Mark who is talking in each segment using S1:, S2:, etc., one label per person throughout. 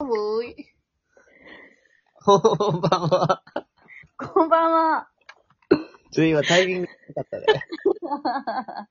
S1: ふい。
S2: こんばんは。
S1: こんばんは。
S2: ちょ、今タイミング良かったね。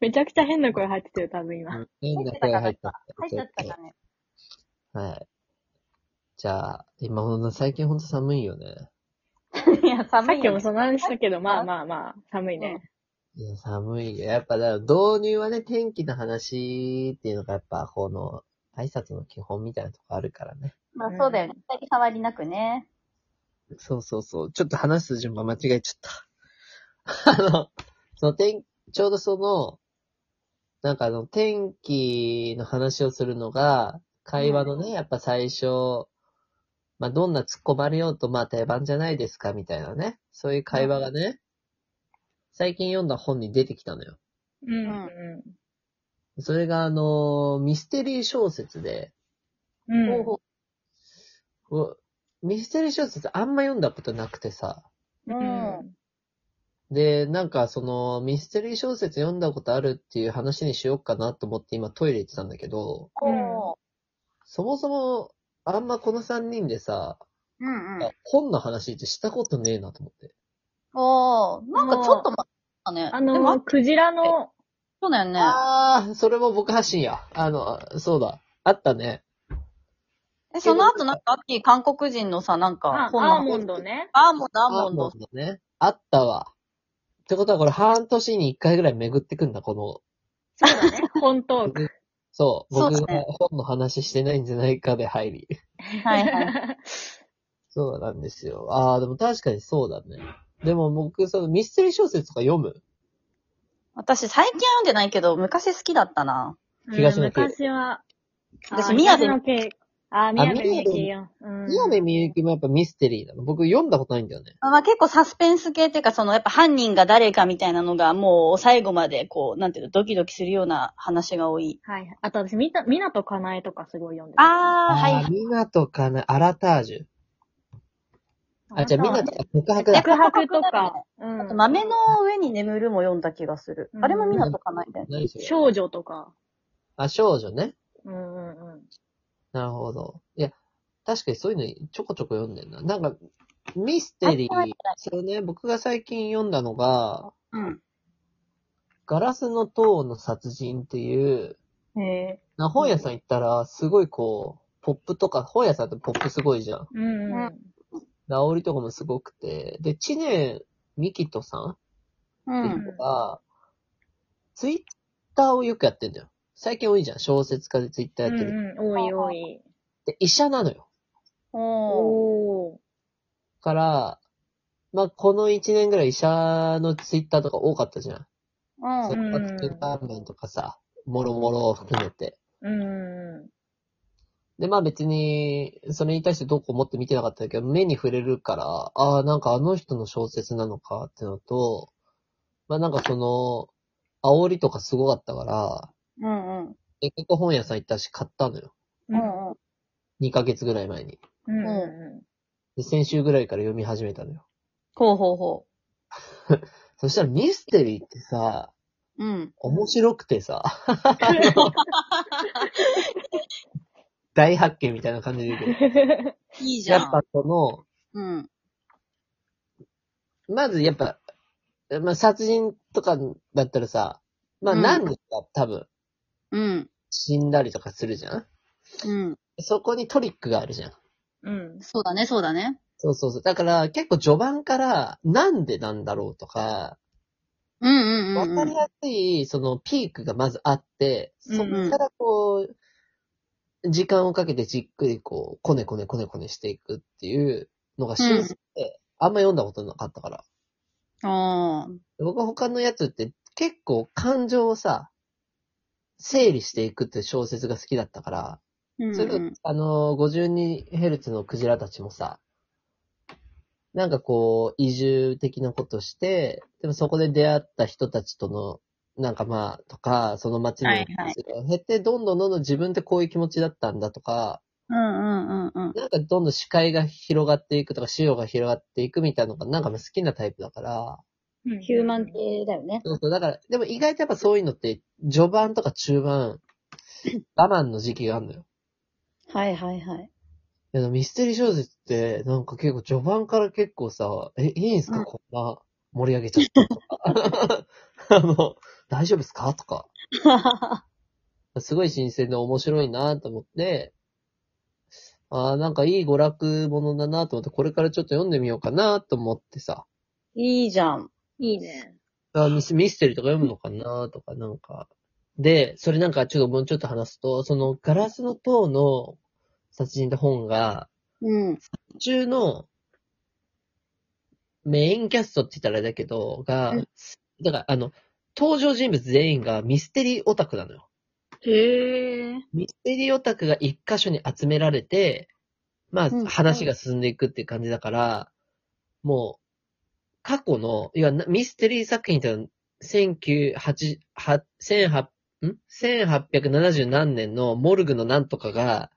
S3: めちゃくちゃ変な声入ってたよ、多分今。
S2: 変な声入っちゃった。
S1: 入っちゃったかね。
S2: はい。じゃあ、今ほんと最近ほんと寒いよね。
S1: いや、
S3: さ
S1: 寒
S3: っ
S1: い
S3: き
S1: よ
S3: も
S1: ね。
S3: その話したけど、まあまあまあ、寒いね。
S2: いや、寒いよ。やっぱだ、導入はね、天気の話っていうのがやっぱ、この、挨拶の基本みたいなとこあるからね。
S1: まあそうだよね。二人変わりなくね。
S2: そうそうそう。ちょっと話す順番間違えちゃった。あ の、その天、ちょうどその、なんかあの、天気の話をするのが、会話のね、やっぱ最初、まあ、どんな突っ込まれようと、まあ、定番じゃないですか、みたいなね。そういう会話がね、最近読んだ本に出てきたのよ。
S3: うん。うん
S2: それがあの、ミステリー小説で、
S3: うん。
S1: ほう
S3: う。
S1: ほ
S2: うミステリー小説あんま読んだことなくてさ、
S1: う。うんん。
S2: で、なんかそのミステリー小説読んだことあるっていう話にしようかなと思って今トイレ行ってたんだけど、
S1: こ
S2: そもそもあんまこの3人でさ、
S1: う。うんうん。
S2: 本の話ってしたことねえなと思って。
S1: おー、なんかちょっと待ったね。
S3: あ
S1: でも
S3: の、クジラの、
S1: そうだよね。
S2: ああ、それも僕発信や。あの、そうだ。あったね。
S1: え、その後なんか、アッキー韓国人のさ、なんか
S3: あ、
S1: 本の
S3: アーモンドね。
S1: アーモンド、アーモ
S2: あ
S1: ンド。
S2: ンドね。あったわ。ってことはこれ半年に1回ぐらい巡ってくんだ、こ
S3: そうだね。 本当。
S2: の。そう。僕
S1: そうだ
S2: が
S1: ね
S2: 本の話してないんじゃないかで入り。
S1: はいはい。
S2: そうなんですよ。ああ、でも確かにそうだね。でも僕、そのミステリー小説とか読む
S1: 私、最近は読んでないけど、昔好きだったな。
S2: 東野圭
S3: 昔は、
S1: 私
S3: あー
S1: 宮部
S3: 東野圭あー、宮部みゆきよ。うん
S2: 宮部みゆきもやっぱミステリーなの。僕読んだことないんだよね。
S1: まあ結構サスペンス系っていうか、そのやっぱ犯人が誰かみたいなのがもう最後までこう、なんていうの、ドキドキするような話が多い。
S3: はいはい。あと私、みた、みなとかなえとかすごい読んでる。
S1: あー、はいはい。
S2: みなとかな、アラタージュ。あ、じゃあみなとか告白だ。
S3: 告白とか、う
S1: あと
S3: ん。
S1: 豆の上に眠るも読んだ気がする。
S3: うん
S1: あれも見なとかないんだよね。
S2: 何それ
S3: 少女とか。
S2: あ、少女ね。
S3: うんうんうん。
S2: なるほど。いや、確かにそういうのちょこちょこ読んでんな。なんか、ミステリ
S1: あ
S2: ー。そうね、僕が最近読んだのが、
S1: うん。
S2: ガラスの塔の殺人っていう、
S3: へえ。
S2: な本屋さん行ったら、すごいこう、ポップとか、本屋さんってポップすごいじゃん。
S3: うんうん。
S2: ラオリとかもすごくて。で、知念みきとさん
S1: う
S2: ってい
S1: ん。
S2: うのが、ツイッターをよくやってんだよ。最近多いじゃん。小説家でツイッターやってる。
S3: うんうん、多い多い。
S2: で、医者なのよ。
S1: おー。
S3: おー。
S2: から、まあ、この1年ぐらい医者のツイッターとか多かったじゃん。
S1: うん。
S2: そ
S1: うん
S2: れからツイッター面とかさ、もろもろを含めて。
S3: うんうん。
S2: で、まあ別に、それに対してどうこう思って見てなかったけど、目に触れるから、ああ、なんかあの人の小説なのかってのと、まあなんかその、煽りとかすごかったか
S1: う
S2: ら、
S1: ん。うん
S2: 結局本屋さん行ったし買ったのよ。
S3: うんうん
S1: うん。
S2: 2ヶ月ぐらい前に。
S3: うんう
S2: で、先週ぐらいから読み始めたのよ。
S1: ほうほうほ
S2: そしたらミステリーってさ、
S1: う。うん。
S2: 面白くてさ、 大発見みたいな感じで言うけど。
S3: ん。
S1: いいじゃ
S2: や
S1: ん。
S2: っぱその、
S1: うん。
S2: まずやっぱ、まあ、殺人とかだったらさ、まあ、
S1: うん
S2: 何ですか、多分、
S1: うん。
S2: 死んだりとかするじゃん
S1: うん。
S2: そこにトリックがあるじゃん。
S3: うん。
S1: そうだね、そうだね。
S2: そうそうそう。だから、結構序盤から、なんでなんだろうとか、
S1: うんうん
S2: わ
S1: うん
S2: か
S1: う
S2: り
S1: ん。
S2: やすい、その、ピークがまずあって、
S3: うん
S2: そこからこう、時間をかけてじっくりこう、こねこねこねこねしていくっていうのが新鮮で、あんま読んだことなかったから。
S1: あー。
S2: 僕は他のやつって結構感情をさ、整理していくって小説が好きだったから、
S1: うん
S2: それこそあのー、52Hz のクジラたちもさ、なんかこう、移住的なことして、でもそこで出会った人たちとの、なんかまあ、とか、その街に、
S1: はいはい
S2: 減って、どんどんどんどん自分ってこういう気持ちだったんだとか、
S1: うんうんうんうん。
S2: なんかどんどん視界が広がっていくとか、視野が広がっていくみたいなのが、なんかまあ好きなタイプだから、
S1: ヒューマン系だよね。
S2: そうそう。だから、でも意外とやっぱそういうのって、序盤とか中盤、我慢の時期があるのよ。
S1: はいはいはい。
S2: いやミステリー小説って、なんか結構序盤から結構さ、え、いいんですか、
S1: うん
S2: こんな盛り上げちゃってとか。 あの、大丈夫ですかとか。すごい新鮮で面白いなと思って、ああ、なんかいい娯楽ものだなと思って、これからちょっと読んでみようかなと思ってさ。
S1: いいじゃん。
S3: いいね。
S2: あミスミステリーとか読むのかなとか、なんか。で、それなんかちょっともうちょっと話すと、そのガラスの塔の殺人って本が、
S1: うん。
S2: 途中のメインキャストって言ったらあれだけど、が
S1: うん、
S2: だからあの、登場人物全員がミステリーオタクなのよ。
S1: へえ。
S2: ミステリーオタクが一箇所に集められて、まあ
S1: うん、
S2: 話が進んでいくっていう感じだから、もう、過去の、いや、なミステリー作品ってのは、1908、は1800ん1870何年のモルグのなんとかが、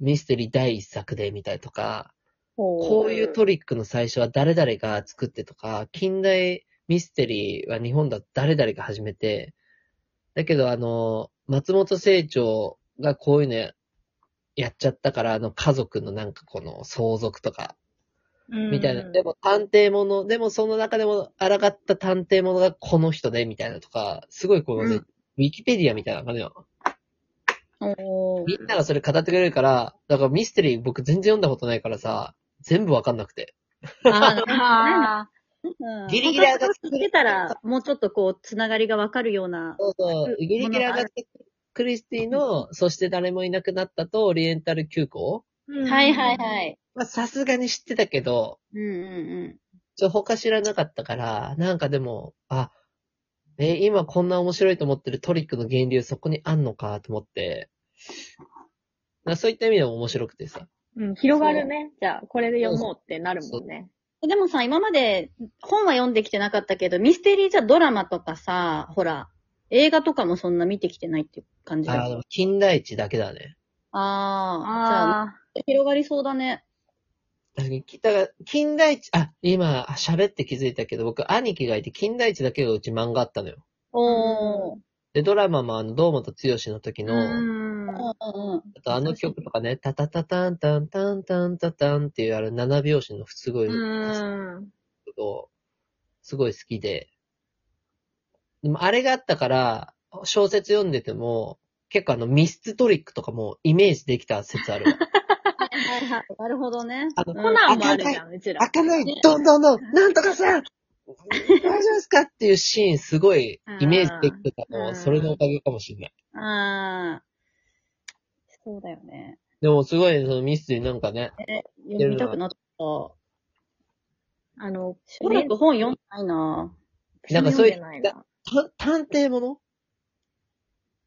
S2: ミステリー第一作で、みたいとか、こ
S1: こ
S2: ういうトリックの最初は誰々が作ってとか、近代ミステリーは日本だと誰々が始めて、だけどあの、松本清張がこういうのやっちゃったから、あの家族のなんかこの相続とか、みたいな。でも探偵もの、でもその中でも抗った探偵ものがこの人で、みたいなとか、すごいこうね、
S1: うん
S2: ウィキペディアみたいな感じよ。
S1: おー
S2: みんながそれ語ってくれるから、だからミステリー僕全然読んだことないからさ、全部わかんなくて。
S1: あー
S2: ギリギリ上がっ
S1: 本当
S2: てくる
S1: はそう聞けたら、もうちょっとこう、つながりがわかるような。
S2: そうそう。ギリギリ上がってクリスティの、そして誰もいなくなったと、オリエンタル急行
S3: うん
S1: はいはいは。い。
S2: まあ、さすがに知ってたけど、
S1: うんうん
S2: ちょ、他知らなかったから、なんかでも、あ、え、今こんな面白いと思ってるトリックの源流そこにあんのかと思って、まあそういった意味でも面白くてさ。
S3: うん、広がるね。じゃあ、これで読もうってなるもんね。
S1: うん。でもさ、今まで本は読んできてなかったけど、ミステリーじゃドラマとかさ、ほら、映画とかもそんな見てきてないっていう感じだ
S2: あ
S1: よ。
S2: の、近代値だけだね。
S1: ああ、じゃあ、広がりそうだね。
S2: 確かに、だから近代値、あ、今、喋って気づいたけど、僕、兄貴がいて、近代値だけがうち漫画あったのよ。
S1: おー。
S2: で、ドラマもあの、堂本剛の時
S3: う
S2: の、
S3: ん。うん。
S1: うんうん
S2: あとあの曲とかね、タタタタンタンタンタンタタンっていうあれ7拍子のすごい、
S3: うん。
S2: すごい好きで。でもあれがあったから、小説読んでても、結構あの密室トリックとかもイメージできた説あ るわ。
S1: はいはい。なるほどね。
S2: あの
S1: うん
S3: コナンもあるじゃん、うちら
S2: 開。かないどんどんどんなんとかさん大丈夫ですかっていうシーンすごいイメージできてた
S3: うん
S2: の、それのおかげかもしれない。
S1: ああ。そうだよね。
S2: でもすごいそのミステリーなんかね、
S1: え、読みたくなった。し
S3: あの、
S1: ばらく本読んでないな
S2: なんかそういう
S3: 読んでないな
S2: た探偵もの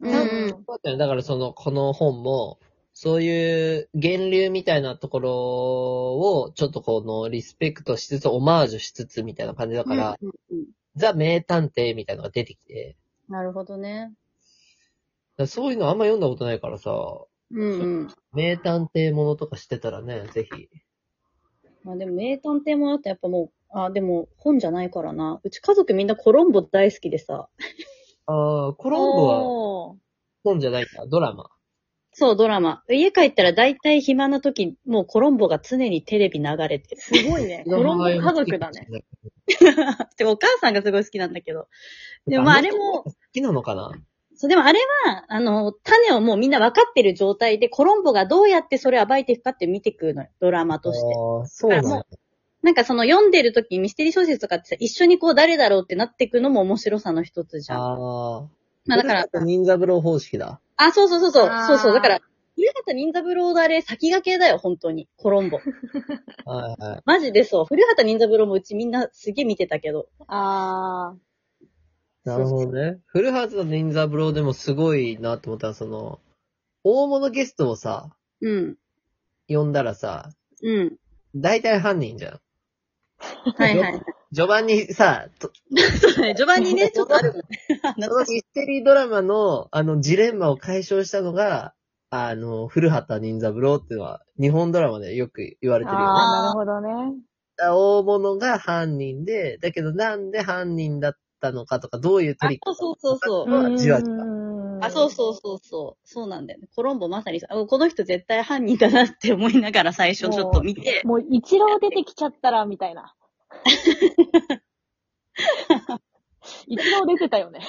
S1: うんうん。
S2: そうだよねだからその、この本も、そういう源流みたいなところを、ちょっとこのリスペクトしつつ、オマージュしつつみたいな感じだから、
S1: うんうんうん
S2: ザ名探偵みたいなのが出てきて、
S1: なるほどね。
S2: だからそういうのあんま読んだことないからさ、
S1: うんうん。
S2: 名探偵ものとかしてたらね、ぜひ。
S1: まあでも名探偵ものってやっぱもう、あ、でも本じゃないからな。うち家族みんなコロンボ大好きでさ。
S2: ああ、コロンボは
S3: おー
S2: 本じゃないから、ドラマ。
S1: そう、ドラマ。家帰ったら大体暇な時、もうコロンボが常にテレビ流れてる。
S3: すごいね。コロンボ家族だね。。
S1: でもお母さんがすごい好きなんだけど。でもまああれも
S2: 好きなのかな
S1: そう、でもあれは、あの、種をもうみんな分かってる状態で、コロンボがどうやってそれを暴いていくかって見てくのよ。ドラマとして。
S2: ああ、そうな
S1: だからも
S2: の。
S1: なんかその読んでる時、ミステリー小説とかってさ、一緒にこう誰だろうってなってくのも面白さの一つじゃん。
S2: ああ。
S1: まあだから、
S2: 忍三郎方式だ。
S1: あ、そうそうそうそう
S3: あー、
S1: そうそう、だから、古畑任三郎だあれ、先駆けだよ、本当に。コロン ボ。
S2: はいはい。
S1: マジでそう。古畑任三郎もうちみんなすげえ見てたけど。
S3: あ
S2: なるほどね。フルハウスの忍三郎でもすごいなって思ったのは、その、大物ゲストをさ、
S1: うん。
S2: 呼んだらさ、
S1: うん。
S2: 大体犯人じゃん。
S1: はい はい。
S2: 序盤にさ、と
S1: そうね、序盤に ね、ちょっとあるもんね。
S2: そのミステリードラマの、あの、ジレンマを解消したのが、あの、古畑任三郎っていうのは、日本ドラマでよく言われ
S3: ー
S2: てるよね。
S3: あー、なるほどね。
S2: 大物が犯人で、だけどなんで犯人だったのかとか、どういうト
S1: あ
S2: リック
S1: そうそうそうそう。
S2: まあじわじわ
S3: うんうんうん
S1: あ、そうそうそうそう。そうなんだよね。コロンボまさにさ、あこの人絶対犯人だなって思いながら最初ちょっと見て。
S3: もう、一郎出てきちゃったら、みた いな。一郎出てたよね。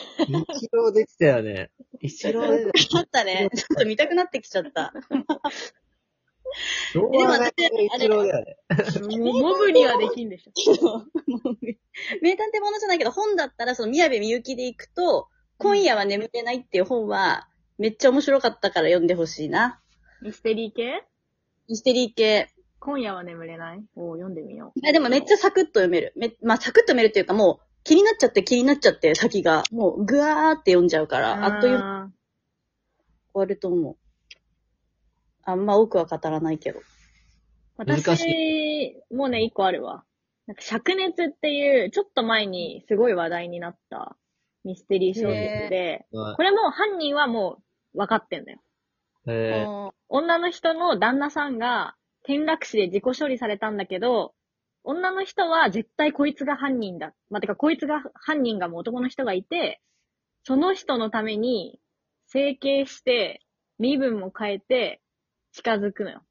S2: 一郎出てたよね。一郎出て た。
S1: あったね。ちょっと見たくなってきちゃった。
S2: どう考えても一郎だよね。
S3: もうモブにはできんでしょ。
S1: けど、もう、 名探偵ものじゃないけど、本だったら、その、宮部みゆきで行くと、今夜は眠れないっていう本は、めっちゃ面白かったから読んでほしいな。
S3: ミステリー系
S1: ミステリー系。
S3: 今夜は眠れないお読んでみよう。
S1: え、でもめっちゃサクッと読める。め、まあ、サクッと読めるっていうか、もう、気になっちゃって気になっちゃって、先が。もう、ぐわーって読んじゃうから、あっという間に
S3: 間。
S1: 終わると思う。あんま多くは語らないけど。
S2: 難し
S3: 私、もうね、一個あるわ。なんか、灼熱っていう、ちょっと前にすごい話題になったミステリー小説で、
S2: まあ
S3: これも犯人はもう分かってんだよ。
S2: え
S1: うん
S3: 女の人の旦那さんが転落死で自己処理されたんだけど、女の人は絶対こいつが犯人だ。まあ、てかこいつが犯人がもう男の人がいて、その人のために整形して、身分も変えて近づくのよ。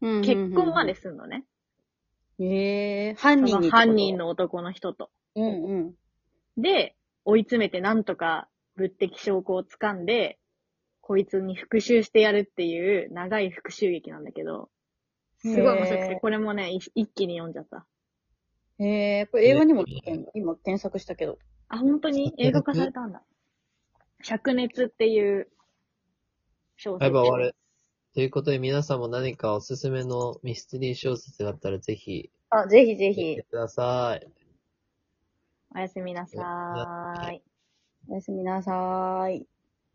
S3: 結婚ま。
S1: うんうんうん
S3: で、すんのね。
S1: ええ犯人
S3: そ
S1: に。
S3: の犯人。の男の人と。
S1: うんうん。
S3: で、追い詰めてなんとか物的証拠を掴んで、こいつに復讐してやるっていう長い復讐劇なんだけど、すごい面白く
S1: へ
S3: て、
S1: ー
S3: これもね、い一気に読んじゃった。
S1: ええこれ映画にも出てんの今検索したけど。
S3: あ、本当に映画化されたんだ。灼熱っていう小 説。
S2: やっぱ終わる。ということで皆さんも何かおすすめのミステリー小説があったらぜひ、
S1: あ、ぜひぜ
S2: 聞い
S1: ひ
S2: て。ください。
S3: おやすみなさーい。
S1: おやすみなさーい。